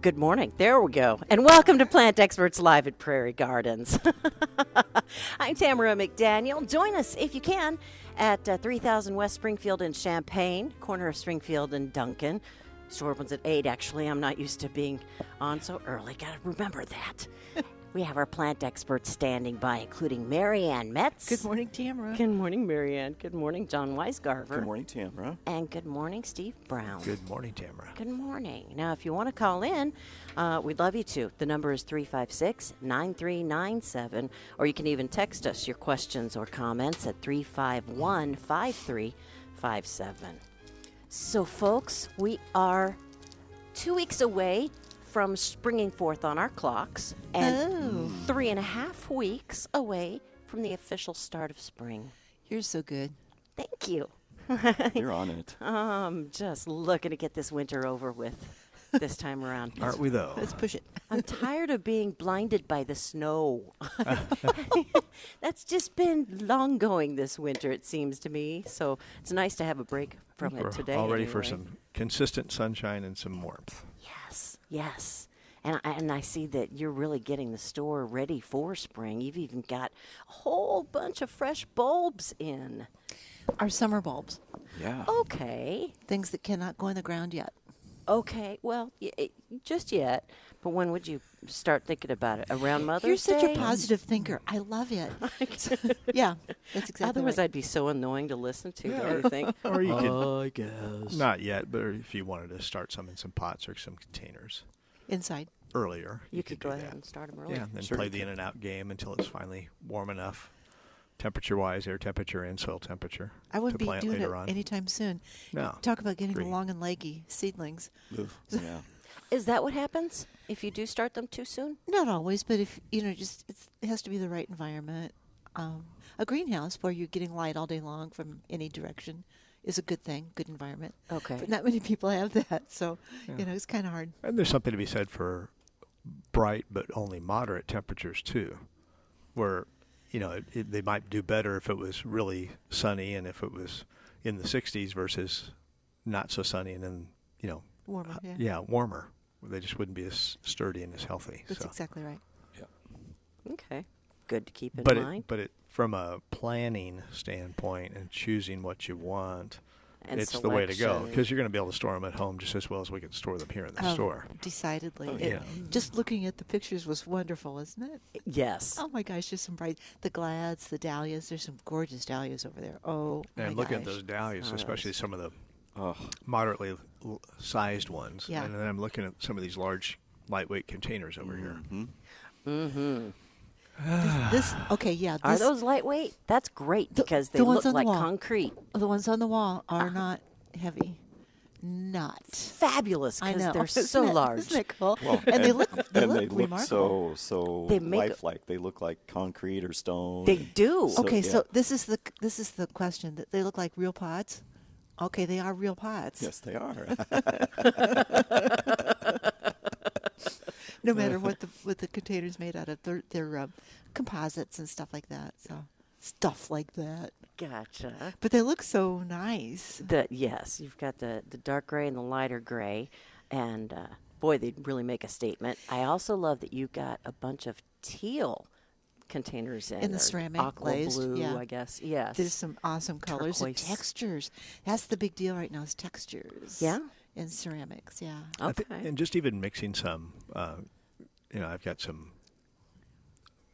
Good morning. There we go. And welcome to Plant Experts Live at Prairie Gardens. I'm Tamara McDaniel. Join us if you can at uh, 3000 West Springfield in Champaign, corner of Springfield and Duncan. Store opens at 8, actually. I'm not used to being on so early. Got to remember that. we have our plant experts standing by, including Marianne Metz. Good morning, Tamara. Good morning, Marianne. Good morning, John Weisgarver. Good morning, Tamara. And good morning, Steve Brown. Good morning, Tamara. Good morning. Now, if you want to call in, uh, we'd love you to. The number is 356 9397, or you can even text us your questions or comments at 351 5357. So, folks, we are two weeks away from springing forth on our clocks and three and a half weeks away from the official start of spring. You're so good. Thank you. You're on it. I'm just looking to get this winter over with this time around. Aren't we though? Let's push it. I'm tired of being blinded by the snow. That's just been long going this winter, it seems to me. So it's nice to have a break from it We're today. all ready for anyway. some consistent sunshine and some warmth. Yes, yes. And I, and I see that you're really getting the store ready for spring. You've even got a whole bunch of fresh bulbs in. Our summer bulbs, Yeah. Okay. things that cannot go in the ground yet. Okay. Well, y- it, just yet. But when would you start thinking about it? Around Mother's You're such Day? a positive thinker. I love it. yeah, that's exactly. Otherwise, right. I'd be so annoying to listen to. Don't you think? Or you could I guess. not yet, but if you wanted to start some in some pots or some containers inside. earlier, You could go do ahead that. and start them early. Yeah, and then Sure play you the could. in and out game until it's finally warm enough, temperature-wise, air temperature and soil temperature. I to wouldn't be plant doing it later on. anytime soon. No. Talk about getting Agreed. long and leggy seedlings. Oof, yeah. Is that what happens if you do start them too soon? Not always, but if you know, just it's, it has to be the right environment. Um, a greenhouse where you're getting light all day long from any direction is a good thing. Good environment. Okay. But not many people have that, so you know it's kind of hard. And there's something to be said for bright but only moderate temperatures too, where you know it, it, they might do better if it was really sunny and if it was in the 60s versus not so sunny and then you know Warmer, uh, Oh, yeah. warmer. They just wouldn't be as sturdy and as healthy. That's so. exactly right. Okay. Good to keep in but mind. it, but it from a planning standpoint and choosing what you want. And it's the way to go selection. because you're going to be able to store them at home just as well as we can store them here in the Oh, store. Oh, Decidedly. It- yeah. Just looking at the pictures was wonderful, isn't it? yes. Oh my gosh, just some bright the glads, the dahlias. There's some gorgeous dahlias over there. Oh And my look at gosh. those dahlias, Oh, especially some of the Ugh. moderately l- sized ones. Yeah. And then I'm looking at some of these large, lightweight containers over here. Mm-hmm. This okay, yeah. Mm-hmm. Are this- those lightweight? That's great because they the ones look on the like wall. concrete. the ones on the wall Ah. are not heavy. Not. Fabulous I know because they're Isn't so it- large. Isn't it cool? and, they look they and look they look remarkable. so so They make- lifelike. They look like concrete or stone. They do. So- okay, yeah. so this is the this is the question that they look like real pods. Okay, they are real pods. Yes, they are. no matter what the what the containers made out of. They're they're uh, composites and stuff like that. So stuff like that. Gotcha. But they look so nice. The yes, you've got the the dark gray and the lighter gray, and uh, boy, they really make a statement. I also love that you got a bunch of teal containers in And the or ceramic aqua glazed, blue, yeah. I guess. Yes. There's some awesome colors and Turquoise. textures. That's the big deal right now is textures. Yeah? And ceramics, yeah. I okay. thi- and just even mixing some, uh, you know, I've got some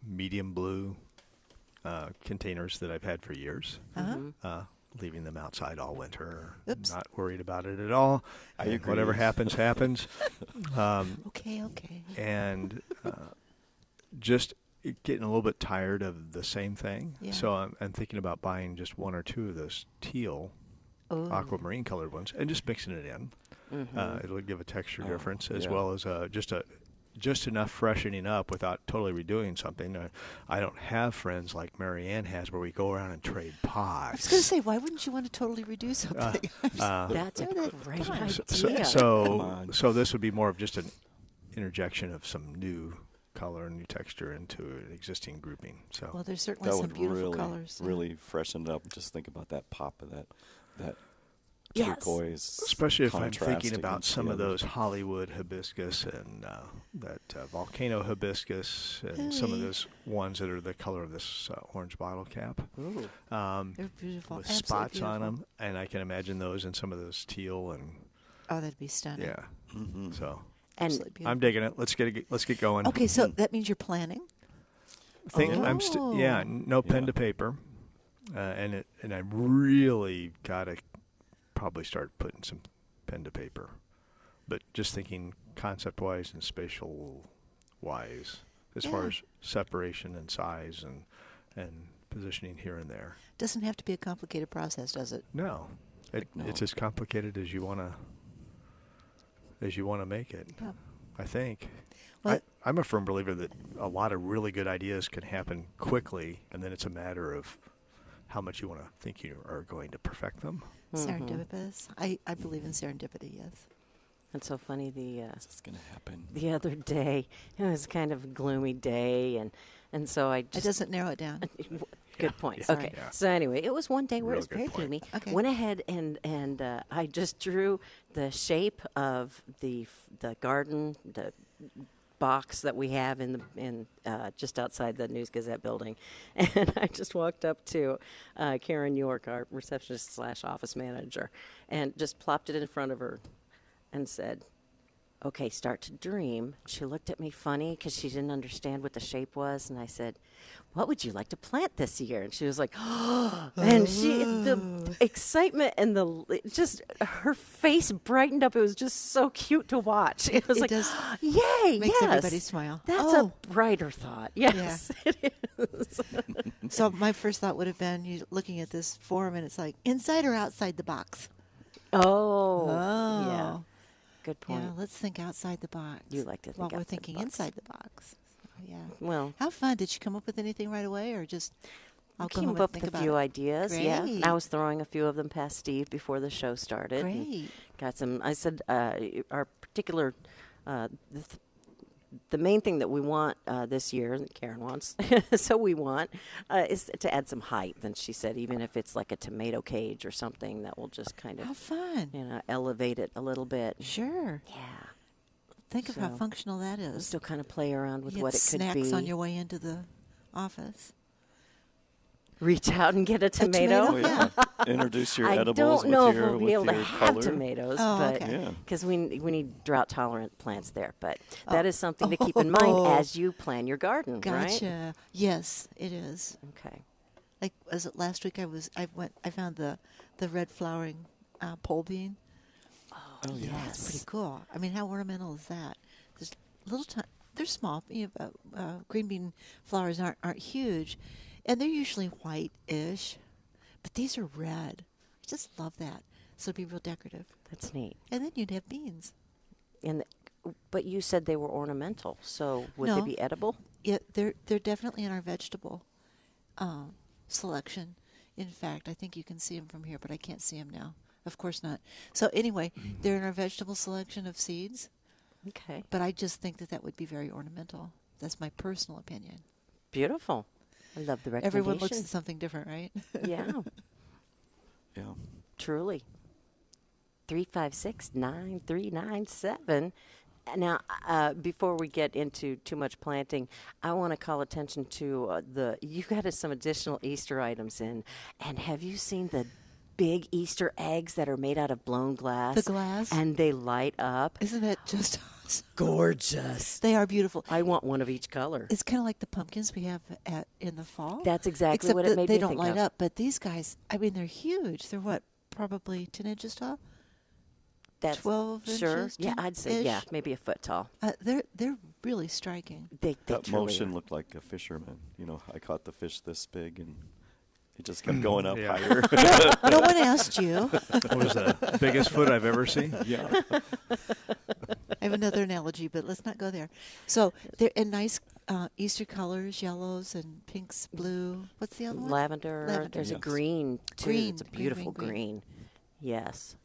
medium blue uh, containers that I've had for years. Uh-huh. Mm-hmm. Uh-huh. Uh, leaving them outside all winter, Oops. not worried about it at all. I And agree. Whatever happens, happens. um, Okay, okay. and uh, just getting a little bit tired of the same thing. Yeah. So I'm, I'm thinking about buying just one or two of those teal Oh. aquamarine colored ones and just mixing it in. Mm-hmm. Uh, it'll give a texture Oh, difference as yeah. well as uh, just a just enough freshening up without totally redoing something. Uh, I don't have friends like Marianne has where we go around and trade I pods. was going to say, why wouldn't you want to totally redo something? That's a Isn't it great fun? idea. Uh-huh. so, Come so, on. so this would be more of just an interjection of some new color and new texture into an existing grouping. So well, there's certainly that some would beautiful really colors. really freshen it up. Just think about that pop of that that Yes. turquoise. Especially if I'm thinking contrasting about to some the of others. those Hollywood hibiscus and uh, that uh, volcano hibiscus and some of Ooh. those ones that are the color of this uh, orange bottle cap Ooh. um, They're beautiful. with Absolutely spots on beautiful. them. And I can imagine those and some of those teal and Oh, that'd be stunning. yeah. Mm-hmm. So And Absolutely I'm Mm. beautiful. Mm-hmm. digging it. Let's get it, let's get going. Okay, so that means you're planning. Think I'm st- yeah, Oh. no pen Yeah. to paper, uh, and it and I really gotta probably start putting some pen to paper, but just thinking concept wise and spatial wise as far Yeah. as separation and size and and positioning here and there. Doesn't have to be a complicated process, does it? No, it, Like, no. it's as complicated as you wanna as you wanna make it. Yeah. I think. Well- I, I'm a firm believer that a lot of really good ideas can happen quickly, and then it's a matter of how much you want to think you are going to perfect them. Mm-hmm. Serendipitous. I, I believe in serendipity. Yes. it's so funny the uh, It's gonna happen. the other day it was kind of a gloomy day and and so I It just doesn't narrow it down. Good point. yeah, okay. yeah. So anyway, it was one day where it Real was good very point. gloomy. Okay. Went ahead and and uh, I just drew the shape of the f- the garden, the box that we have in the in uh, just outside the News Gazette building, and I just walked up to uh, Karen York, our receptionist slash office manager, and just plopped it in front of her, and said, okay, start to dream. She looked at me funny because she didn't understand what the shape was. And I said, What would you like to plant this year? And she was like, Oh, and she, Oh. the excitement and the l- just her face brightened up. It was just so cute to watch. It was it like, does Yay, makes yes. everybody smile. That's Oh. a brighter thought. Yes, it is. So my first thought would have been you looking at this forum and it's like inside or outside the box. Oh, yeah. Oh. Good Yeah, point. let's think outside the box. You like to think while we're outside the thinking box. inside the box. So, yeah. Well- how fun! Did you come up with anything right away, or just I'll go came home and up think with a about few it. ideas. Yeah, And Great. I was throwing a few of them past Steve before the show started. and Great. Got some. I said uh, our particular. Uh, the, th- the main thing that we want uh, this year, and Karen wants, so we want, uh, is to add some height. And she said, even if it's like a tomato cage or something, that will just kind How of, fun! you know, elevate it a little bit. Sure. Yeah, Think of how So, functional that We'll is. still kind of play around with You get what it could snacks be. on your way into the office. Reach out and get a tomato? tomato. Oh, yeah. Introduce your I edibles don't know with if your we'll with be able to your have color. tomatoes, Oh, but okay. Yeah. because we we need drought tolerant plants there. But that is something to keep in mind Oh. as you plan your garden, Gotcha. right? Yes, it is. Okay. Like was it last week? I was I went I found the the red flowering uh, pole bean. Oh yeah. That's pretty cool. I mean, how ornamental is that? There's little time. They're small. You know, uh, uh, green bean flowers aren't aren't huge, and they're usually white-ish, but these are red. I just love that. So it'd be real decorative. That's neat. And then you'd have beans. And but you said they were ornamental, so would No. they be edible? Yeah, they're they're definitely in our vegetable um, selection. In fact, I think you can see them from here, but I can't see them now. Of course not. So anyway, they're in our vegetable selection of seeds. Okay. But I just think that that would be very ornamental. That's my personal opinion. Beautiful. I love the recommendation. Everyone looks at something different, right? yeah, Yeah. truly. Three five six nine three nine seven. Now, uh, before we get into too much planting, I want to call attention to uh, the you got us some additional Easter items in, and have you seen the big Easter eggs that are made out of blown glass? The glass? and they light up. Isn't that just awesome? gorgeous. They are beautiful. I want one of each color. It's kind of like the pumpkins we have at in the fall. That's exactly Except what it that made they me don't think light of. up. But these guys, I mean, they're huge. They're what, probably ten inches tall. That's 12 sure. inches, yeah, 10 I'd say yeah, ish. maybe a foot tall. Uh, they're they're really striking. They, they That truly are. motion looked like a fisherman. You know, I caught the fish this big and it just kept going up Mm, Yeah. higher. no one asked you. What was the biggest foot I've ever seen? yeah. I have another analogy, but let's not go there. So they're in nice uh, Easter colors, yellows and pinks, blue. What's the other one? lavender. Lavender, There's a yes. green too. Green, It's a green, beautiful green, green, green. Yes.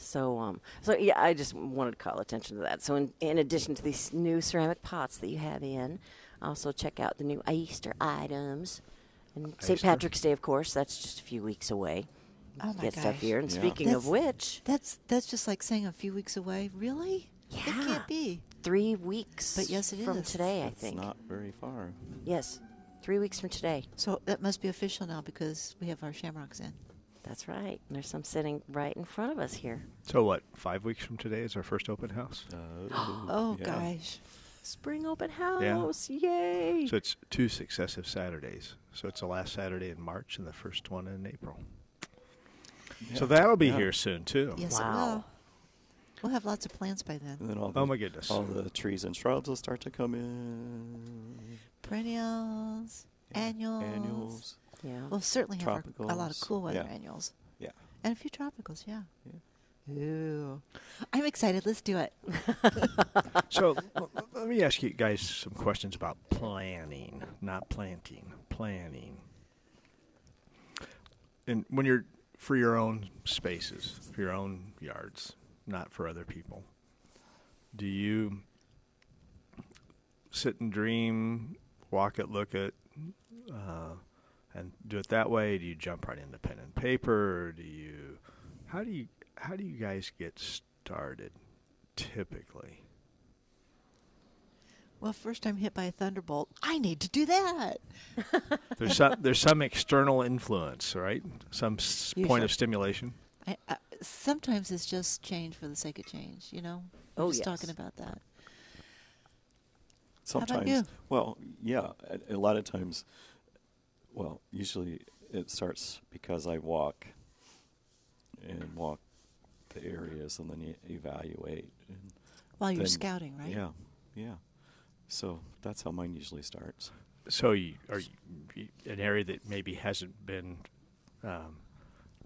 So um so yeah, I just wanted to call attention to that. So in, in addition to these new ceramic pots that you have in, also check out the new Easter items. And St. Easter? Patrick's Day, of course, that's just a few weeks away. Oh my gets gosh. tough here. And Yeah. speaking of That's- which, That's that's just like saying a few weeks away. Really? It Yeah. can't be. three weeks But yes, it from is. today, I it's think. not very far. Yes, three weeks from today. So that must be official now because we have our shamrocks in. That's right. And There's some sitting right in front of us here. So what? Five weeks from today is our first open house. Uh, Oh yeah. gosh. Spring open house. Yay. So it's two successive Saturdays. So it's the last Saturday in March and the first one in April. So that'll be Yeah. here soon too. Yes it will. Wow. We'll have lots of plans by then. And then all the, Oh my goodness. all the trees and shrubs will start to come in. Perennials, annuals. Annuals. yeah. We'll certainly have our, a lot of Tropicals. cool weather Yeah. annuals. Yeah. And a few tropicals, yeah. Yeah. Ooh. I'm excited. Let's do it. So l- l- let me ask you guys some questions about planning, not planting, planning. And when you're for your own spaces, for your own yards, not for other people, do you sit and dream, walk it, look it, uh, and do it that way? Do you jump right into pen and paper? Or do you? How do you? How do you guys get started? Typically. Well, first I'm hit by a thunderbolt. I need to do that. There's some there's some external influence, right? Some s- Usually. point of stimulation. I, I, sometimes it's just change for the sake of change, you know? We're Oh, just yes. talking about that. about Sometimes. you? Well, yeah. A, a lot of times, well, usually it starts because I walk and walk the areas and then you evaluate. And While you're then- scouting, right? Yeah. Yeah. So that's how mine usually starts. So, you, are you, you- an area that maybe hasn't been um,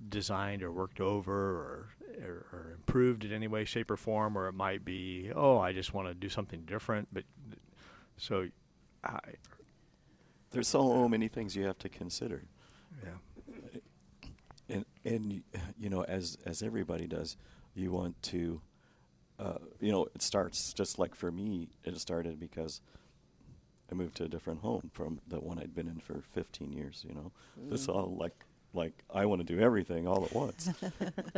designed or worked over or, or or improved in any way, shape, or form, or it might be, oh, I just want to do something different. But so, I, There's so many things you have to consider. yeah. and and y- you know as as everybody does you want to uh, you know it starts just like for me it started because i moved to a different home from the one i'd been in for 15 years you know this Mm-hmm. all like like i want to do everything all at once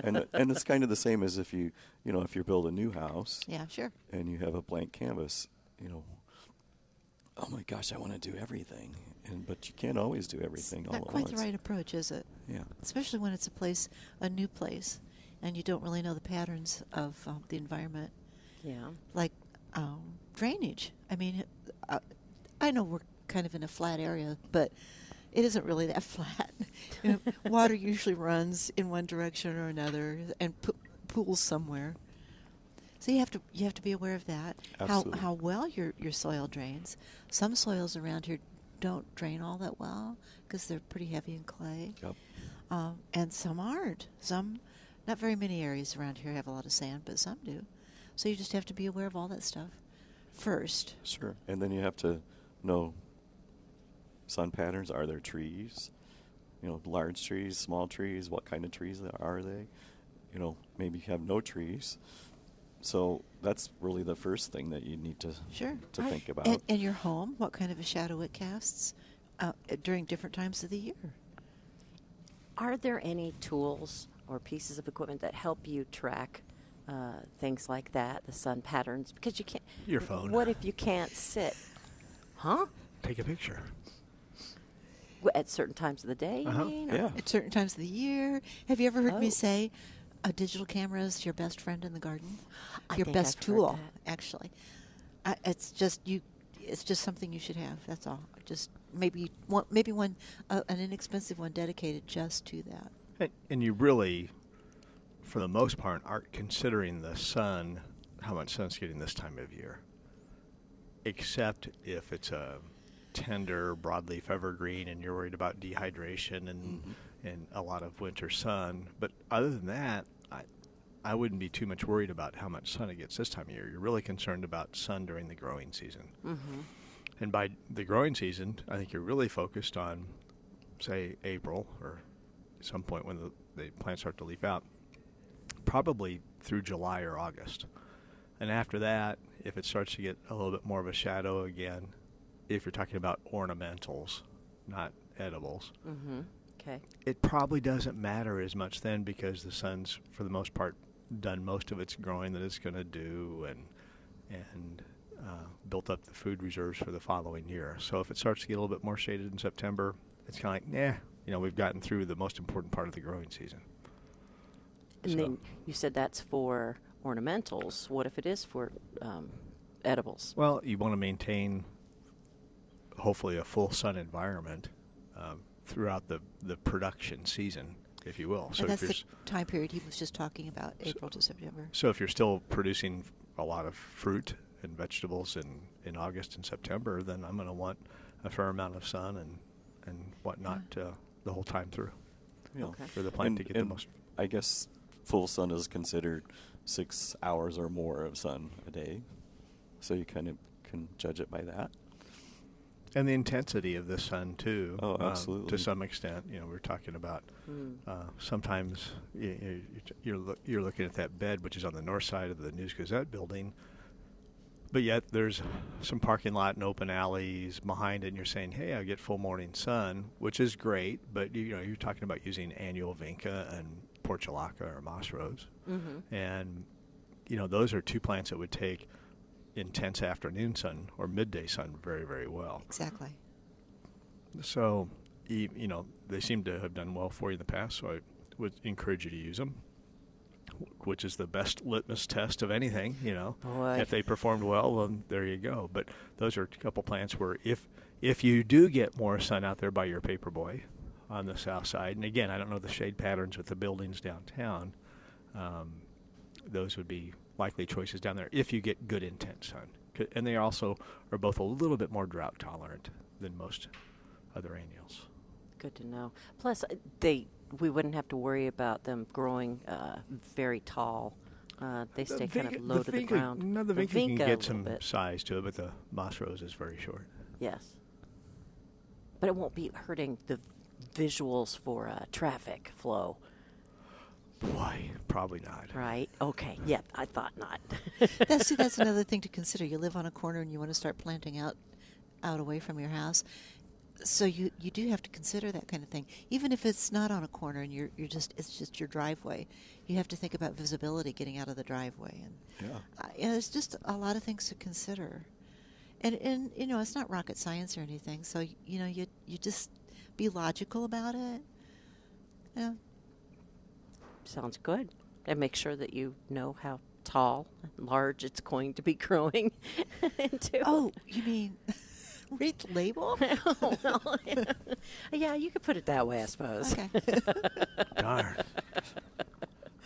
and it- and it's kind of the same as if you you know if you build a new house Yeah, sure. and you have a blank canvas you know oh my gosh i want to do everything and but you can't always do everything it's all not at quite once the right approach, is it? yeah Especially when it's a place, a new place, and you don't really know the patterns of um, the environment, yeah. like um, drainage. I mean, uh, I know we're kind of in a flat area, but it isn't really that flat. you know, water usually runs in one direction or another, and po- pools somewhere. So you have to you have to be aware of that. Absolutely. How how well your your soil drains. Some soils around here don't drain all that well because they're pretty heavy in clay. yep Um, and some aren't. Some, not very many areas around here have a lot of sand, but some do. So you just have to be aware of all that stuff first. Sure. And then you have to know sun patterns. Are there trees? You know, large trees, small trees. What kind of trees there are they? You know, maybe you have no trees. So that's really the first thing that you need to Sure. to Right. think about. And, and your home, what kind of a shadow it casts uh, during different times of the year. Are there any tools or pieces of equipment that help you track uh, things like that, the sun patterns? Because you can't. Your phone. What if you can't sit? Huh? Take a picture. W- At certain times of the day, you Uh-huh. mean? Or- yeah. At certain times of the year. Have you ever heard me Oh. say, a digital camera is your best friend in the garden? I your think best I've heard tool, that. actually. I, it's just you. It's just something you should have. That's all. Just maybe one, maybe one, uh, an inexpensive one dedicated just to that. And, and you really, for the most part, aren't considering the sun, how much sun's getting this time of year, except if it's a tender broadleaf evergreen and you're worried about dehydration and and a lot of winter sun. But other than that, I I wouldn't be too much worried about how much sun it gets this time of year. You're really concerned about sun during the growing season. Mm-hmm. And by the growing season, I think you're really focused on, say, April or some point when the, the plants start to leaf out, probably through July or August. And after that, if it starts to get a little bit more of a shadow Mm-hmm. again, if you're talking about ornamentals, not edibles, Okay. it probably doesn't matter as much then because the sun's for the most part done most of its growing that it's going to do and and uh, built up the food reserves for the following year. So if it starts to get a little bit more shaded in September, it's kind of like, nah, you know, we've gotten through the most important part of the growing season. And So- then you said that's for ornamentals. What if it is for um, edibles? Well, you want to maintain hopefully a full sun environment um, throughout the, the production season, if you will. and if that's the s- time period he was just talking about, April to September. So if you're still producing a lot of fruit and vegetables in, in August and September, then I'm going to want a fair amount of sun and and whatnot uh, the whole time through you know, Okay. for the plant and- to get the and most. I guess full sun is considered six hours or more of sun a day, so you kind of can judge it by that. And the intensity of the sun too. Oh, um, absolutely. to some extent, you know, we're talking about Hmm. uh, sometimes y- y- you're loo- you're looking at that bed, which is on the north side of the News Gazette building, but yet there's some parking lot and open alleys behind it. And you're saying, "Hey, I get full morning sun," which is great, but you know you're talking about using annual vinca and portulaca or moss rose, Mm-hmm. and you know those are two plants that would take intense afternoon sun or midday sun very very well. Exactly. So, y- you know, they seem to have done well for you in the past, so I would encourage you to use them, which is the best litmus test of anything, you know. Boy. If they performed well, then there you go. But those are a couple plants where if if you do get more sun out there by your paperboy on the south side, and again, I don't know the shade patterns with the buildings downtown, um, those would be likely choices down there if you get good intense sun. C- And they also are both a little bit more drought tolerant than most other annuals. Good to know. Plus, uh, they we wouldn't have to worry about them growing uh, very tall. Uh, they stay kind of low to the ground. No, the, vinca can a get little some bit. size to it, but the moss rose is very short. Yes. But it won't be hurting the visuals for uh, traffic flow, Boy, probably not. right? Okay. Yeah, I thought not. That's see, that's another thing to consider. You live on a corner and you want to start planting out, out away from your house, so you you do have to consider that kind of thing. Even if it's not on a corner and you're you're just it's just your driveway, you have to think about visibility getting out of the driveway and Yeah. uh, yeah, there's just a lot of things to consider. And and you know, it's not rocket science or anything. So y- you know, you you just be logical about it. Yeah. Sounds good. And make sure that you know how tall, and large it's going to be growing into. Oh, you mean read the label? Oh, well, yeah, you could put it that way, I suppose. Okay. Darn.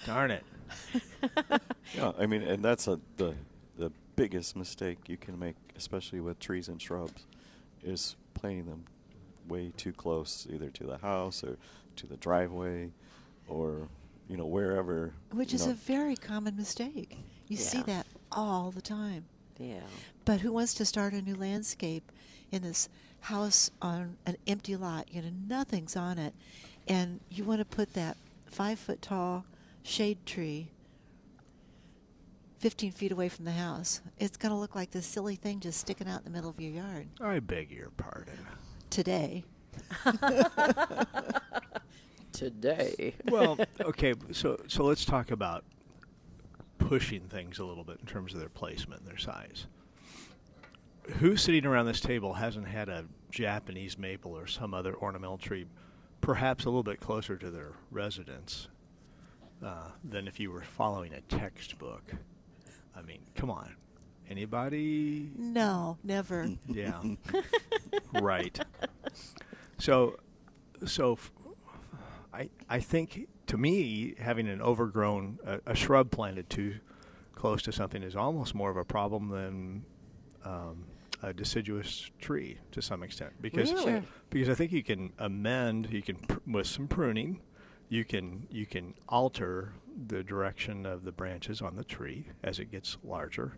Darn it. Yeah, I mean, and that's a, the the biggest mistake you can make, especially with trees and shrubs, is planting them way too close, either to the house or to the driveway, or you know wherever. Which you is know. a very common mistake. You see Yeah. that all the time. Yeah. But who wants to start a new landscape in this house on an empty lot? You know, nothing's on it. And you want to put that five foot tall shade tree 15 feet away from the house. It's going to look like this silly thing just sticking out in the middle of your yard I beg your pardon. today. Today. Well, okay, so so let's talk about pushing things a little bit in terms of their placement, and their size. Who sitting around this table hasn't had a Japanese maple or some other ornamental tree, perhaps a little bit closer to their residence uh, than if you were following a textbook? I mean, come on, anybody? No, never. Mm. Yeah. right. So, so f- I I think to me having an overgrown a, a shrub planted too close to something is almost more of a problem than um, a deciduous tree to some extent because Really? Sure. because I think you can amend you can pr- with some pruning you can you can alter the direction of the branches on the tree as it gets larger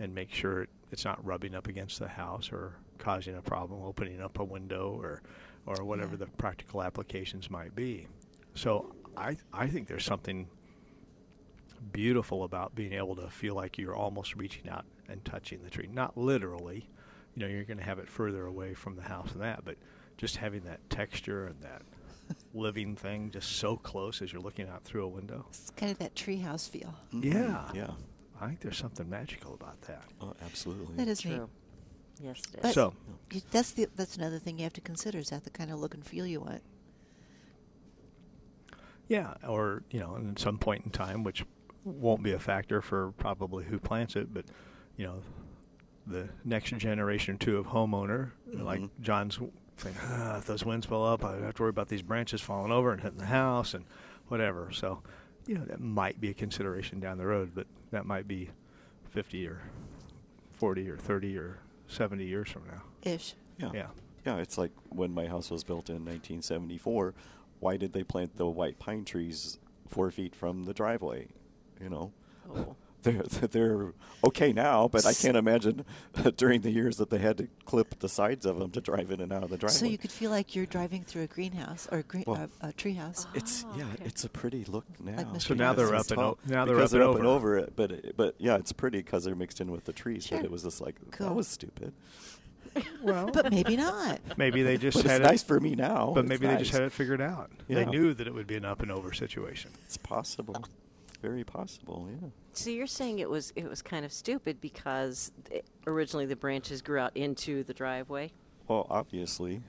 and make sure it- it's not rubbing up against the house or causing a problem opening up a window or or whatever Yeah. the practical applications might be so i i think there's something beautiful about being able to feel like you're almost reaching out and touching the tree. Not literally, you know, you're going to have it further away from the house than that, but just having that texture and that living thing just so close as you're looking out through a window. It's kind of that treehouse feel. Mm. Yeah. Yeah. I think there's something magical about that. Oh, absolutely. That is neat. True. Yes, it is. But- so, You- That's the that's another thing you have to consider is that the kind of look and feel you want. yeah, or, you know, and at some point in time, which won't be a factor for probably who plants it, but, you know, the next generation or two of homeowner, like Mhm. John's saying, ah, if those winds blow up, I have to worry about these branches falling over and hitting the house and whatever. So, you know, that might be a consideration down the road, but that might be 50 or 40 or 30 or 70 years from now. Ish. Yeah. Yeah. Yeah, it's like when my house was built in 1974. Why did they plant the white pine trees four feet from the driveway? You know, Oh. they're they're okay now, but I can't imagine during the years that they had to clip the sides of them to drive in and out of the driveway. So you could feel like you're driving through a greenhouse or a, green, Well- uh, a treehouse. It's Ah, yeah, okay. it's a pretty look now. Mr. So now they're It's up and o- tall now they're because up and they're up and over. over it, but it, but yeah, it's pretty because they're mixed in with the trees. Sure. But it was just like Cool. that was stupid. Well, But maybe not. maybe they just but had it's it. nice for me now. But It's maybe they just nice. had it figured out. They Yeah. knew that it would be an up and over situation. It's possible, very possible. Yeah. So you're saying it was it was kind of stupid because it, originally the branches grew out into the driveway. Well, obviously.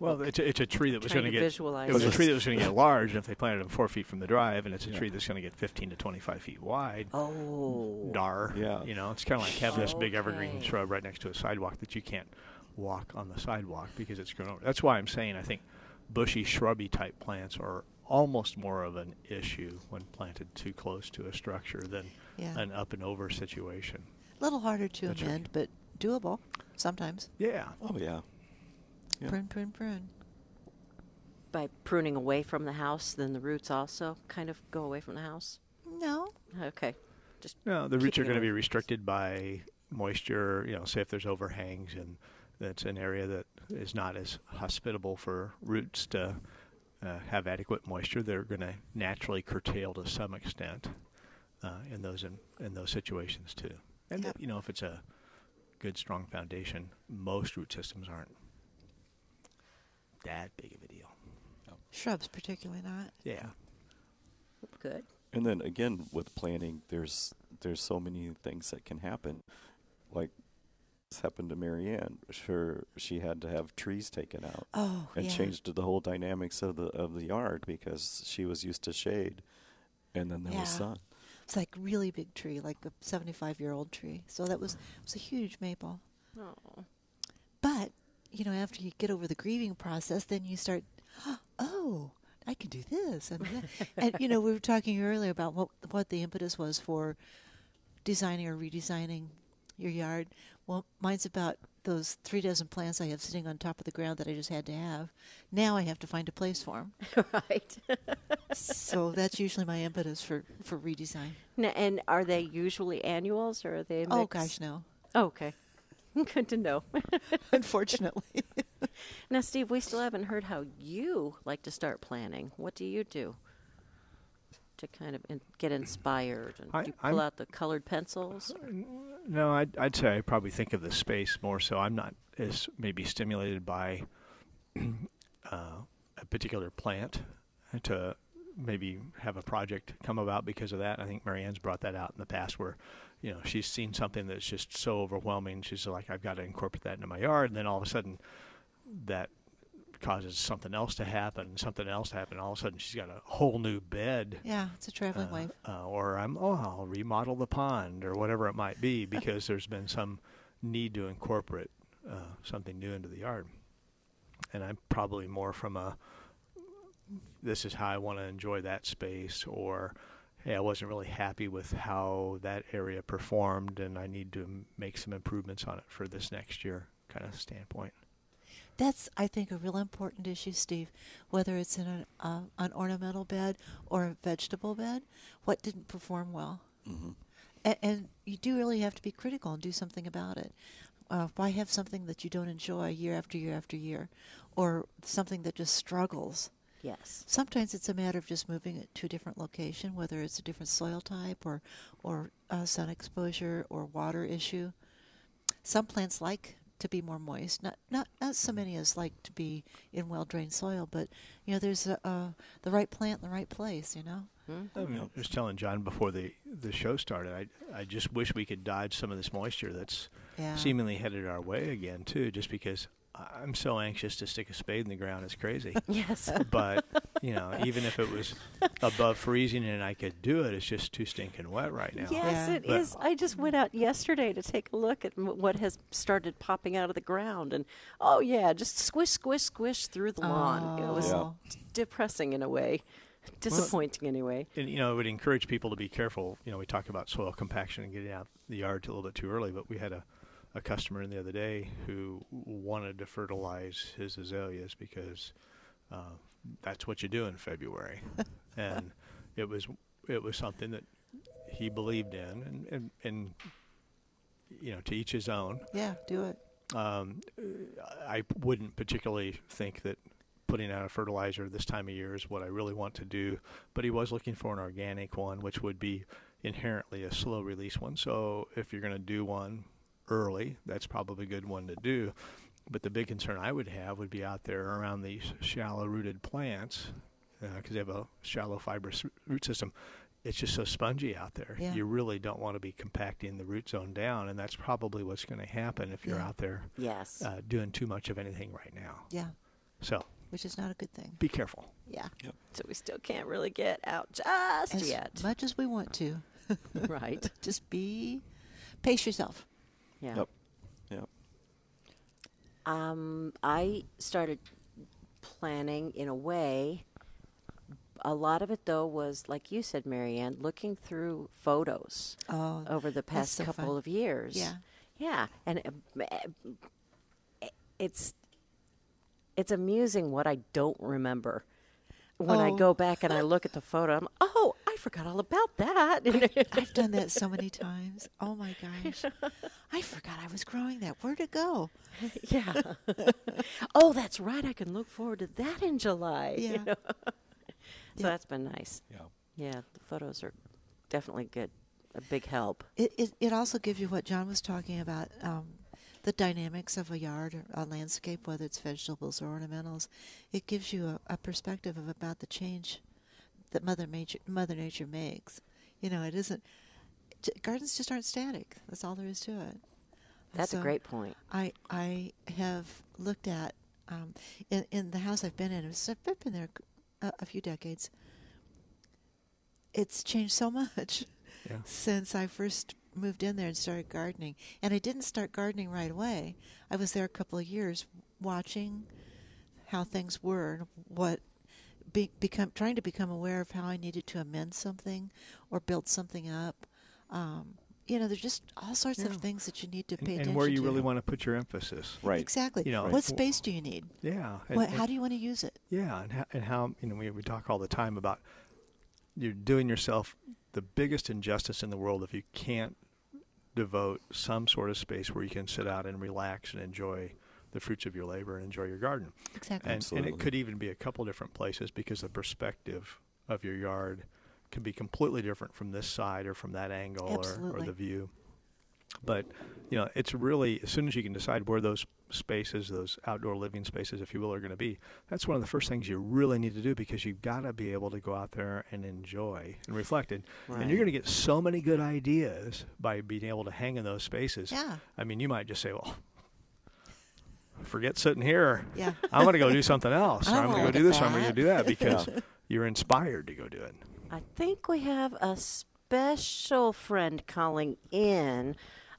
Well, it's a, it's a tree that was Trying going to to get visualize it was a it. tree that was going to get large. And if they planted them four feet from the drive, and it's a Yeah. tree that's going to get fifteen to twenty five feet wide. Oh. Dar. Yeah. You know, it's kind of like having this big evergreen Okay. shrub right next to a sidewalk that you can't walk on the sidewalk because it's grown over. That's why I'm saying I think bushy, shrubby type plants are almost more of an issue when planted too close to a structure than Yeah. an up and over situation. A little harder to That's right. amend, but doable sometimes. Yeah. Oh yeah. Yeah. Prune, prune, prune. By pruning away from the house, then the roots also kind of go away from the house. No. Okay. Just No, the roots are keeping going to be away. restricted by moisture. You know, say if there's overhangs and that's an area that is not as hospitable for roots to uh, have adequate moisture, they're going to naturally curtail to some extent uh, in those in, in those situations too. And Yeah. you know, if it's a good strong foundation, most root systems aren't that big of a deal. Shrubs, particularly not. Yeah. good. And then again with planning, there's there's so many things that can happen. Like this happened to Marianne. Sure, she had to have trees taken out Oh, and yeah. changed the whole dynamics of the of the yard because she was used to shade, and then there was Yeah. sun. It's like really big tree, like a 75 year old tree. So that was it was a huge maple. Oh. But you know, after you get over the grieving process, then you start, oh, I can do this, and that." and you know, we were talking earlier about what what the impetus was for designing or redesigning your yard. Well, mine's about those three dozen plants I have sitting on top of the ground that I just had to have. Now I have to find a place for them. right. so that's usually my impetus for for redesign. N- and are they usually annuals or are they? Oh mixed? gosh, no, Oh, okay. Good to know. unfortunately. now, Steve, we still haven't heard how you like to start planning. What do you do to kind of in- get inspired? And I- do you pull I'm- out the colored pencils? or- No, I'd, I'd say I probably think of the space more so. I'm not as maybe stimulated by uh, a particular plant to maybe have a project come about because of that. I think Marianne's brought that out in the past where, you know, she's seen something that's just so overwhelming. She's like, I've got to incorporate that into my yard. And then all of a sudden, that causes something else to happen, something else to happen. All of a sudden, she's got a whole new bed yeah, it's a traveling uh, wife. uh, or I'm oh I'll remodel the pond or whatever it might be because there's been some need to incorporate uh, something new into the yard, and I'm probably more from a this is how I want to enjoy that space or hey I wasn't really happy with how that area performed and I need to m- make some improvements on it for this next year kind of standpoint. That's, I think, a real important issue, Steve. Whether it's in an, uh, an ornamental bed or a vegetable bed, what didn't perform well, Mm-hmm. and, and you do really have to be critical and do something about it. Uh, why have something that you don't enjoy year after year after year, or something that just struggles? Yes. Sometimes it's a matter of just moving it to a different location, whether it's a different soil type or or uh, sun exposure or water issue. Some plants like to be more moist. Not not not so many as like to be in well drained soil, but you know, there's a, uh, the right plant in the right place. You know. I Oh, was just telling John before the, the show started, I, I just wish we could dodge some of this moisture that's Yeah. seemingly headed our way again, too, just because I- I'm so anxious to stick a spade in the ground. It's crazy. Yes. but, you know, even if it was above freezing and I could do it, it's just too stinking wet right now. Yes, Yeah. it is. But- I just went out yesterday to take a look at m- what has started popping out of the ground, and oh yeah, just squish, squish, squish through the lawn. Oh. It was Yeah. depressing in a way, disappointing anyway. and you know, it would encourage people to be careful. You know, we talk about soil compaction and getting out the yard a little bit too early, but we had a, a customer in the other day who wanted to fertilize his azaleas because uh, that's what you do in February, and it was it was something that he believed in, and and, and you know, to each his own. Yeah. Do it. Um, I wouldn't particularly think that putting out a fertilizer this time of year is what I really want to do, but he was looking for an organic one, which would be inherently a slow release one. So if you're going to do one early, that's probably a good one to do. But the big concern I would have would be out there around these shallow rooted plants because they have a shallow fibrous root system. It's just so spongy out there. Yeah. You really don't want to be compacting the root zone down, and that's probably what's going to happen if you're Yeah. out there Yes. uh, doing too much of anything right now. Yeah. So Which is not a good thing. be careful. Yeah. so we still can't really get out just As yet, much as we want to, right? just be pace yourself. Yeah. Yep. Yep. Um, I started planning in a way. A lot of it, though, was like you said, Marianne, looking through photos Oh, over the that's past so couple fun. of years. Yeah. yeah, and uh, uh, it's it's amusing what I don't remember when I Oh. go back and I look at the photo. I'm oh, I forgot all about that. I've done that so many times. Oh my gosh. I forgot I was growing that. Where'd it go? yeah. oh, that's right. I can look forward to that in July. you Yeah. know? So Yeah. that's been nice. Yeah. Yeah, the photos are definitely good. A big help. It, it, it also gives you what John was talking about um, the dynamics of a yard or a landscape, whether it's vegetables or ornamentals. It gives you a, a perspective of about the change that Mother Nature, Mother Nature makes. You know, it isn't, j- gardens just aren't static. That's all there is to it. That's a So- great point. I I have looked at um, in in the house I've been in. it's- I've been there a, a few decades. It's changed so much Yeah. since I first moved in there and started gardening. And I didn't start gardening right away. I was there a couple of years watching how things were and what be, become trying to become aware of how I needed to amend something or build something up. Um, you know, there's just all sorts of Yeah. things that you need to And, pay attention and where you to. really want to put your emphasis. Right. Exactly. You know, what Right. space do you need? Yeah. And, What, and- how do you want to use it? yeah. And how, and how, you know, we, we talk all the time about you're doing yourself the biggest injustice in the world if you can't devote some sort of space where you can sit out and relax and enjoy the fruits of your labor and enjoy your garden. Exactly. And, and Absolutely. it could even be a couple different places because the perspective of your yard can be completely different from this side or from that angle or, or Absolutely. the view. But you know, it's really as soon as you can decide where those spaces, those outdoor living spaces, if you will, are going to be. That's one of the first things you really need to do because you've got to be able to go out there and enjoy and reflect. And, and you're Right. going to get so many good ideas by being able to hang in those spaces. Yeah. I mean, you might just say, "Well, forget sitting here. Yeah. I'm going to go do something else. I or don't I'm going wanna to go look do at this. Or I'm going to that." go do that because you're inspired to go do it. I think we have a special friend calling in.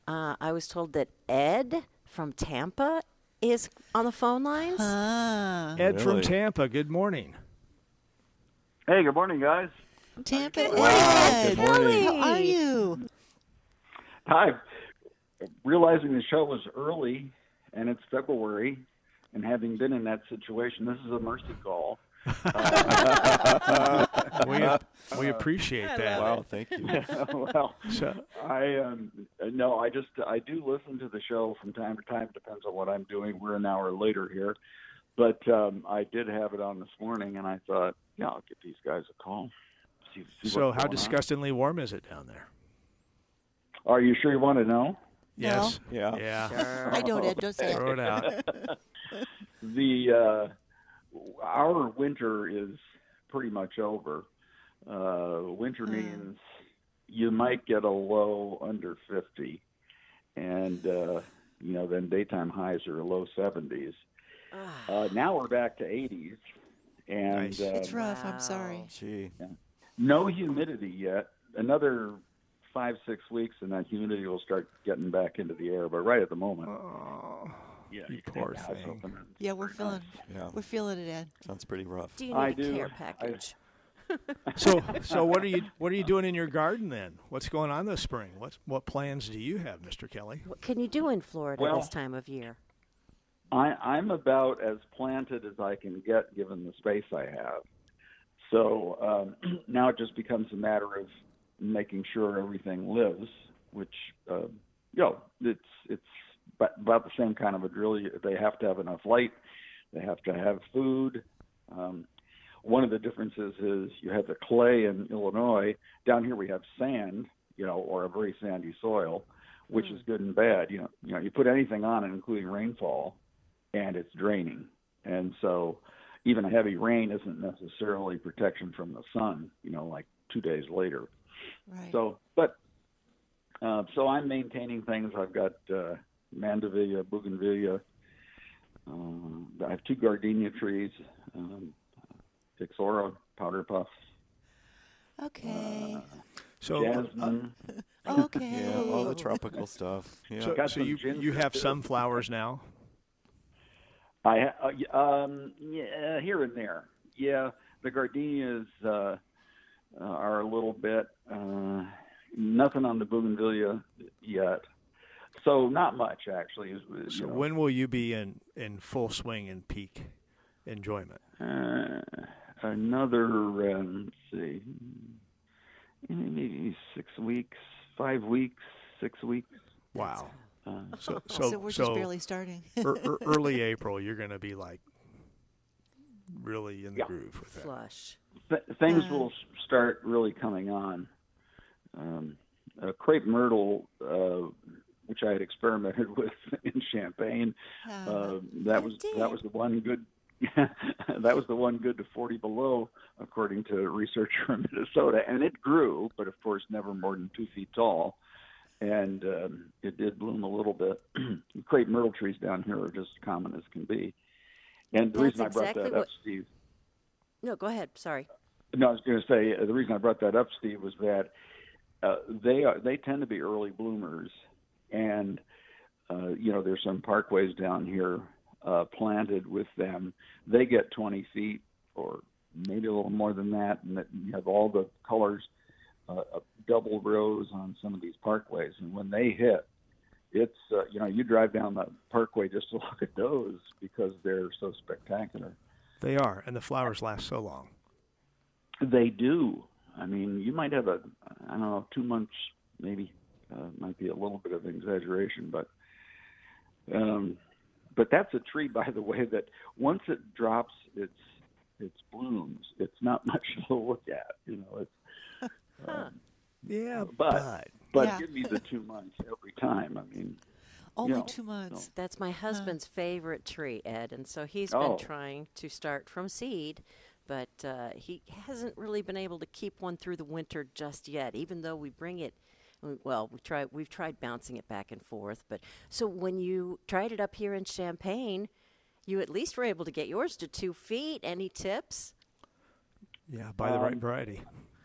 Uh, I was told that Ed from Tampa is on the phone lines. Ah, Ed from Really? Tampa. Good morning. Hey, good morning, guys. Tampa Good Ed. morning. How are you? Hi. Realizing the show was early and it's February, and having been in that situation, this is a mercy call. We, we Uh, appreciate that. Wow. Thank you. well, So, I um, no, I just I do listen to the show from time to time. Depends on what I'm doing. We're an hour later here, but um, I did have it on this morning, and I thought, yeah, I'll give these guys a call. See, see so what's how going on. disgustingly warm is it down there? Are you sure you want to know? Yes. Yeah. Yeah. Sure. I don't, Ed. Don't say Throw it. it out. the uh, our winter is pretty much over. Uh, winter Mm. means you might get a low under 50, and uh, you know then daytime highs are low 70s. Ah, Uh, now we're back to 80s, and Nice. uh, It's rough. I'm Wow. sorry. Gee. no humidity yet. Another five six weeks, and that humidity will start getting back into the air. But right at the moment, Oh, yeah, you can poor have the house thing. open and- Yeah, we're feeling Yeah. we're feeling it, Ed. Sounds pretty rough. do you I need a do. care I- package? So, so what are you what are you doing in your garden then? What's going on this spring? What what plans do you have, Mr. Kelly? What can you do in Florida Well- this time of year? I, I'm about as planted as I can get given the space I have. So um, now it just becomes a matter of making sure everything lives, which, uh, you know, it's, it's ba- about the same kind of a drill. You- They have to have enough light, they have to have food. Um, one of the differences is you have the clay in Illinois. Down here we have sand, you know, or a very sandy soil, which is good and bad. You know, you know, you put anything on it, including rainfall, and it's draining. And so even a heavy rain isn't necessarily protection from the sun, you know, like two days later. Right. So, but, uh, so I'm maintaining things. I've got uh, Mandevilla, Bougainvillea. Um, I have two gardenia trees, um, Fixora, powder puff, okay. So, uh, jasmine. okay. Yeah. All the tropical stuff. Yeah. so, Got so some you ginger, you have too. some flowers now. I ha- uh, y- um yeah, here and there. Yeah, the gardenias uh, uh, are a little bit. Uh, nothing on the bougainvillea yet, so not much actually. Is, is, So you know, when will you be in in full swing and peak enjoyment? uh, another um, let's see, maybe six weeks, five weeks, six weeks. Wow. Uh, So so So, we're just barely starting. ear- ear- early April, you're going to be like really in the Yeah. groove with that. Flush. th- things Mm. Uh. will s- start really coming on. Um, uh, crepe myrtle, uh, which I had experimented with in Champagne, Mm. Uh, uh, that you was did. that was the one good. that was the one good to 40 below, according to a researcher in Minnesota, and it grew, but of course never more than two feet tall, and um, it did bloom a little bit. crepe myrtle trees down here are just common as can be, and the That's reason I brought exactly that up, what- Steve, No, go ahead. Sorry. no, I was going to say uh, the reason I brought that up, Steve, was that uh, they are they tend to be early bloomers, and uh, you know there's some parkways down here uh, planted with them. They get 20 feet or maybe a little more than that, and that you have all the colors, uh, uh, double rows on some of these parkways, and when they hit. It's uh, you know you drive down the parkway just to look at those because they're so spectacular. They are, and the flowers last so long. They do. I mean, you might have a, I don't know, two months maybe. Uh, might be a little bit of an exaggeration, but um, but that's a tree, by the way, that once it drops its its blooms, it's not much to look at. You know, it's Yeah, But- but Yeah. give me the two months every time. I mean, Only know, two months. That's my husband's favorite tree, Ed, and so he's Oh. been trying to start from seed, but uh, he hasn't really been able to keep one through the winter just yet. Even though we bring it, well, we try we've tried bouncing it back and forth, but so when you tried it up here in Champagne, you at least were able to get yours to two feet. Any tips yeah, buy the right um, variety.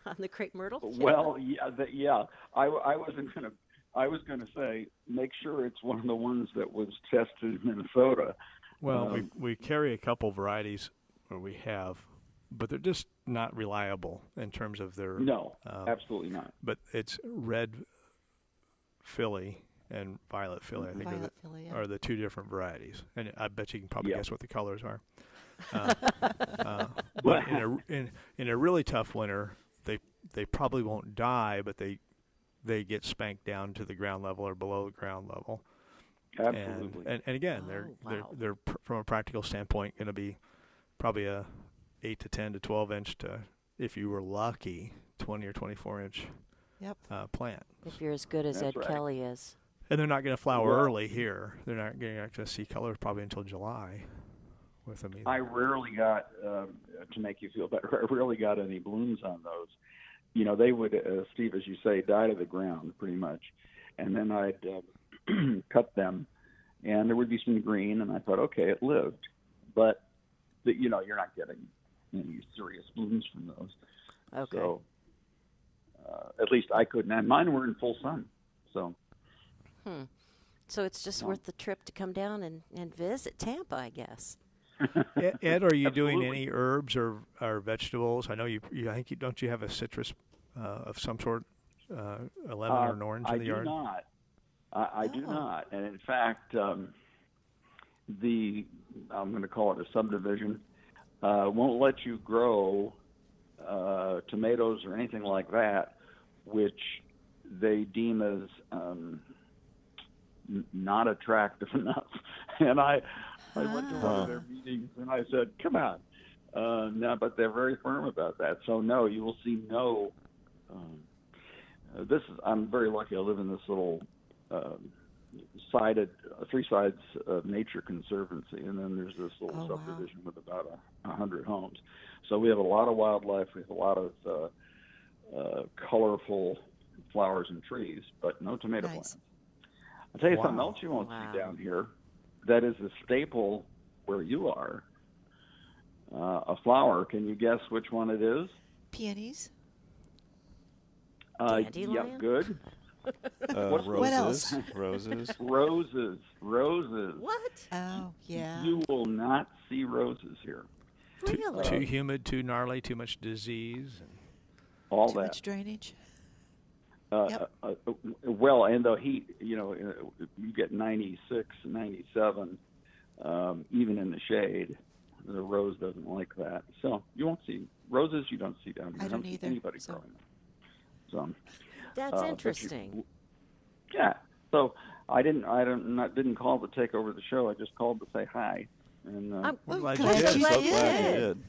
on the crepe myrtle? well, yeah, that, yeah. I, I wasn't gonna. I was gonna say, make sure it's one of the ones that was tested in Minnesota. Well, um, we we carry a couple varieties, or we have, but they're just not reliable in terms of their. No, absolutely not. But it's red Philly and violet Philly. I think are, Violet the, Philly, yeah. are the two different varieties, and I bet you can probably Yeah. guess what the colors are. Uh, uh, but in a in, in a really tough winter, they they probably won't die, but they they get spanked down to the ground level or below the ground level. Absolutely. And, and, and again, they're, Oh, they're wow. they're pr- from a practical standpoint going to be probably a eight to ten to twelve inch to if you were lucky twenty or twenty four inch Yep. uh, plant. If you're as good as That's Ed right. Kelly is, And they're not going to flower Yeah. early here. They're not going to see colors probably until July with them either. I rarely got um, to make you feel better. I rarely got any blooms on those. You know, they would, uh, Steve, as you say, die to the ground pretty much, and then I'd um cut them, and there would be some green, and I thought, okay, it lived, but the, you know, you're not getting any serious blooms from those. Okay. So uh, at least I couldn't. And mine were in full sun, so So it's just No. worth the trip to come down and, and visit Tampa, I guess. Ed, E-, Ed, are you doing Absolutely. any herbs or, or vegetables? I know you, you. I think you don't you have a citrus uh, of some sort, uh, a lemon or Uh, an orange I in the do yard. Not. I, I do Oh. not. And in fact, um, the I'm going to call it a subdivision uh, won't let you grow uh, tomatoes or anything like that, which they deem as um, n- not attractive enough. And I, I went to one Huh. of their meetings and I said, "Come on." Uh, no, but they're very firm about that. So no, you will see no um, uh, this is I'm very lucky. I live in this little um, sided, uh, three sides of nature conservancy, and then there's this little Oh, wow. subdivision with about a, a hundred homes. So we have a lot of wildlife. We have a lot of uh, uh, colorful flowers and trees, but no tomato Nice. plants. I'll tell you something Wow. else you won't Wow. see down here. That is a staple where you are. Uh, a flower. Can you guess which one it is? Peonies. Uh, yeah, Dandelion? good. Uh, What's- roses, What else? roses. Roses, roses. What? Oh, yeah. You will not see roses here. Too, Really? too humid, too gnarly, too much disease. All Too that. much drainage. Uh, yep. uh, uh, well, and the heat, you know, uh, you get 96, 97, um, even in the shade. The rose doesn't like that. So you won't see roses, you don't see down here. I You don't see either, anybody so- growing them. So. That's Uh, but you- interesting. Yeah. So I didn't. I don't. Not, didn't call to take over the show. I just called to say hi. And uh, I'm- We're Well, glad glad you did. you so did. glad you did.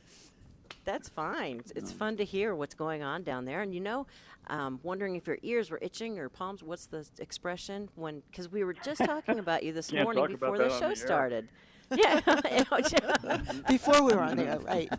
That's fine. It's- It's fun to hear what's going on down there. And you know, um, wondering if your ears were itching or palms. What's the expression when? Because we were just talking about you this Can't morning talk about before that the on show the air. started. Yeah, Before we were on there, right?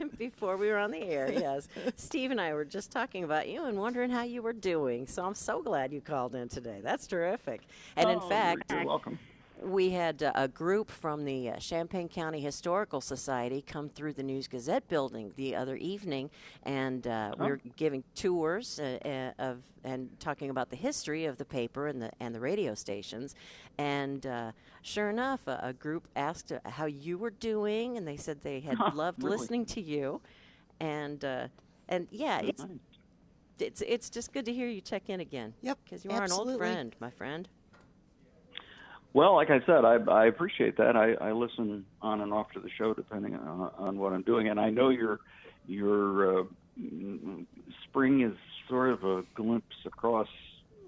before we were on the air. Yes, Steve and I were just talking about you and wondering how you were doing. So I'm so glad you called in today. That's terrific. And in oh, fact, you're welcome. we had uh, a group from the uh, Champaign County Historical Society come through the News Gazette building the other evening, and uh, we were giving tours uh, uh, of and talking about the history of the paper and the and the radio stations. And uh, sure enough, a, a group asked uh, how you were doing, and they said they had loved really? listening to you, and uh, and yeah, it's Nice. it's it's just good to hear you check in again. Yep, because you are an absolutely. old friend, my friend. Well, like I said, I, I appreciate that. I, I listen on and off to the show depending on, on what I'm doing, and I know your your uh, mm, spring is sort of a glimpse across,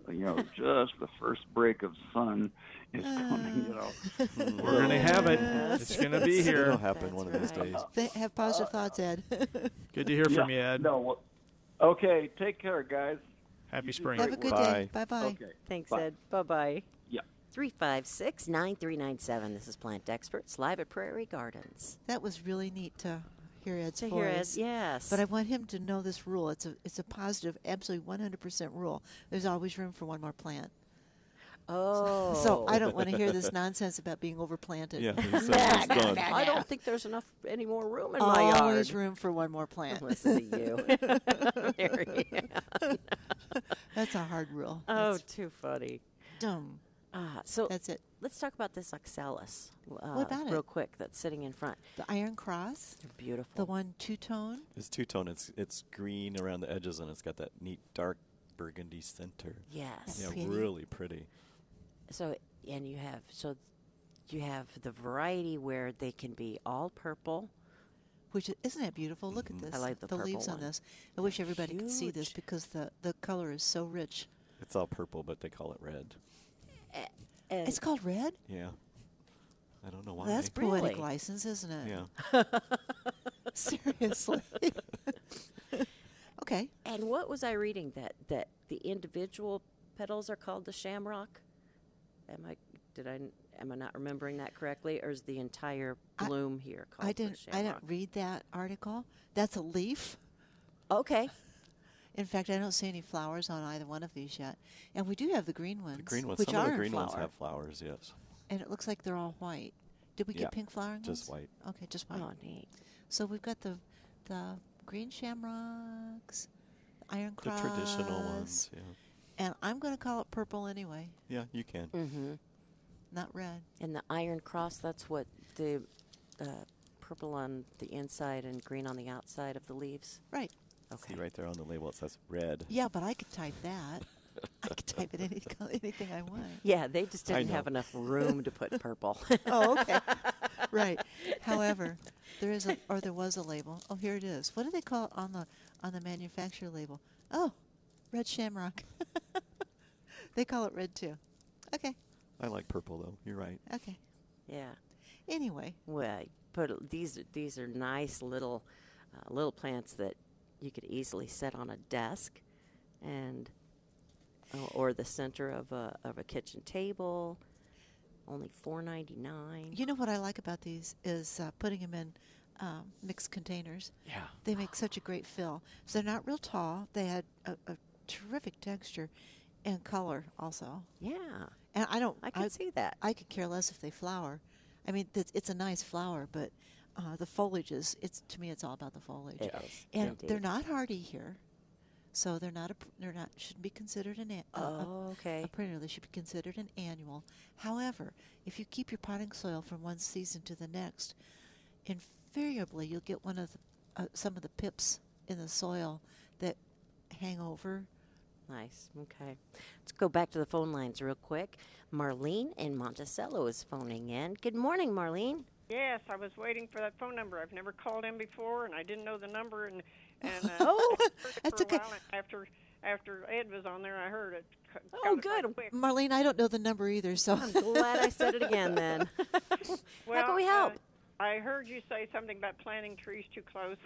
you know, just the first break of sun is coming. You know, We're gonna have it. Yes. It's gonna be It'll here. happen That's one of these right. days. Th- have Uh, positive thoughts, Ed. Good to hear from Yeah, you, Ed. No, well, okay. Take care, guys. Happy you- spring. have a good day. Bye bye. Okay. Thanks, Bye. Ed. Bye bye. Yeah. 356 9397. This is Plant Experts live at Prairie Gardens. That was really neat to hear Ed's To hear voice. us, yes. But I want him to know this rule. It's a it's a positive, absolutely 100% rule. There's always room for one more plant. oh. So I don't want to hear this nonsense about being overplanted. Yeah, he said it's done. I don't think there's enough any more room in my yard. Always room for one more plant. Listen to you. Mary. That's a hard rule. Oh, That's too funny. dumb. Ah, so That's it. let's talk about this oxalis uh, about it? real quick that's sitting in front. The Iron Cross, They're beautiful. the one two tone. It's two tone. It's it's green around the edges and it's got that neat dark burgundy center. Yes. Yeah, Pretty. really pretty. So and you have so you have the variety where they can be all purple. Which i- isn't that beautiful? Look Mm-hmm. at this. like the purple leaves on one. this. I wish everybody could see this huge. because the the color is so rich. It's all purple, but they call it red. And It's called red. Yeah. I don't know why. That's poetic Really? license, isn't it? yeah. Seriously. okay. And what was I reading that that the individual petals are called the shamrock? Am I did I am I not remembering that correctly, or is the entire I- bloom here called I the didn't. I shamrock? didn't read that article. That's a leaf. okay, In fact, I don't see any flowers on either one of these yet. And we do have the green ones. The green ones. Which Some are of the in green ones flower. have flowers. Yes. And it looks like they're all white. Did we Yeah, get pink flowering just ones? white. Okay, just white. oh neat. So we've got the the green shamrocks, the iron The cross, traditional ones. Yeah. and I'm going to call it purple anyway, Yeah, you can. Mm. Mm-hmm. not red. And the iron cross, that's what the uh, purple on the inside and green on the outside of the leaves. Right. Okay. See right there on the label it says red. Yeah, but I could type that. I could type it any col- anything I want. Yeah, they just I didn't have know. enough room to put purple. Oh, okay. right. However, there is a or there was a label. Oh, here it is. What do they call it on the on the manufacturer label? Oh, red shamrock. they call it red too. Okay. I like purple though. You're right. Okay. yeah. Anyway, Well, I put these these are nice little uh, little plants that you could easily set on a desk and or- or the center of a of a kitchen table. Only four ninety nine. you know what I like about these is uh, putting them in um, mixed containers. Yeah. They make such a great fill. So they're not real tall. They had a, a terrific texture and color also. Yeah, And I don't. I could see that. I could care less if they flower. I mean, th- it's a nice flower, but uh, the foliage is. It's to me, it's all about the foliage. It is, And indeed. they're not hardy here, so they're not. A, pr- they're not. Shouldn't be considered an. A, a- a- Oh, okay. A perennial. They should be considered an annual. However, if you keep your potting soil from one season to the next, invariably you'll get one of the, uh, some of the pips in the soil that hang over. nice. Okay, let's go back to the phone lines real quick. Marlene in Monticello is phoning in. Good morning, Marlene. Yes, I was waiting for that phone number. I've never called in before, and I didn't know the number. And and uh, Oh, I heard it that's for a okay. while, and after after Ed was on there, I heard it. c- Oh, got it right good. quick. Marlene, I don't know the number either, so Glad I said it again. Then, how can Well, we help? uh, I heard you say something about planting trees too close.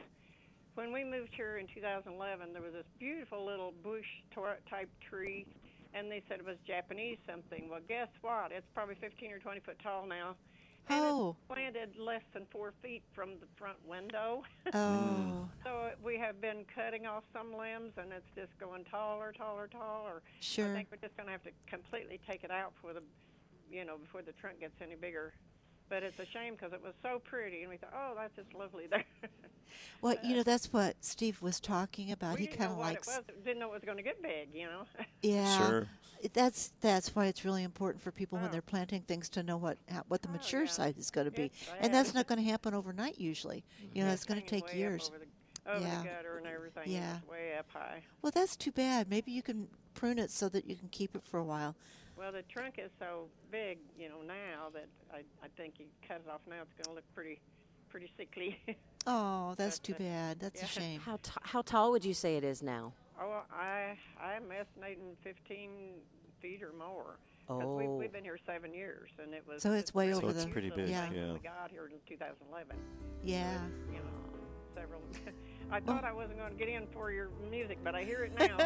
When we moved here in 2011, there was this beautiful little bush tor- type tree, and they said it was Japanese something. Well, guess what? It's probably 15 or 20 foot tall now. And it's Oh. planted less than four feet from the front window. Oh, So we have been cutting off some limbs, and it's just going taller, taller, taller. I Sure. think we're just going to have to completely take it out before the, you know, before the trunk gets any bigger. But it's a shame because it was so pretty, and we thought, oh, that's just lovely there. well, you know that's what Steve was talking about. we he didn't kind know of what likes, it was. Didn't know it was going to get big, you know. yeah. Sure. That's that's why it's really important for people when Oh. they're planting things to know what ha- what the mature yeah. size is going to be, Yes, and that's yes. not going to happen overnight usually. You know, it's going to Mm-hmm. Hanging take way up years. Over, the, over Yeah. the gutter and everything. Yeah. It's way up high. Well, that's too bad. Maybe you can prune it so that you can keep it for a while. Well, the trunk is so big, you know, now that I I think you cut it off now, it's going to look pretty, pretty sickly. Oh, that's too Yeah. bad. That's a Yeah. shame. How t- how tall would you say it is now? Oh, I I'm estimating 15 feet or more. 'Cause we've, Oh. we've been here seven years, and it was So it's way just over the the- Pretty big, thing yeah. when We got here in 2011. Yeah. You know, several. I thought I wasn't going to get in for your music, but I hear it now.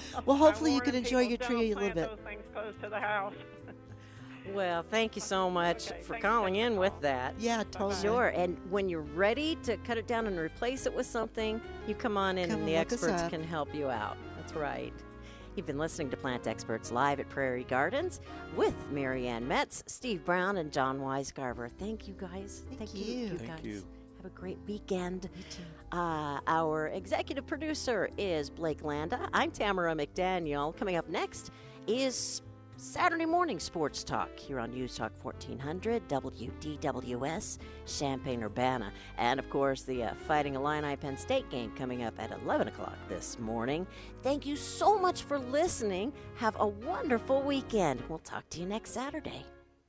So Well, I hopefully you warn can enjoy people, your tree a don't little bit. plant Those things close to the house. Well, thank you so much Okay, for thank you. calling in with that. Yeah, totally. Sure. And when you're ready to cut it down and replace it with something, you come on in Come and and the look us experts up. can help you out. That's right. You've been listening to Plant Experts live at Prairie Gardens with Marianne Metz, Steve Brown, and John Weisgarber. Thank you guys. Thank you. you. you Thank guys. you. Have a great weekend. Uh, our executive producer is Blake Landa. I'm Tamara McDaniel. Coming up next is Saturday Morning Sports Talk here on News Talk 1400, WDWS, Champaign Urbana. And of course, the uh, Fighting Illini Penn State game coming up at 11 o'clock this morning. Thank you so much for listening. Have a wonderful weekend. We'll talk to you next Saturday.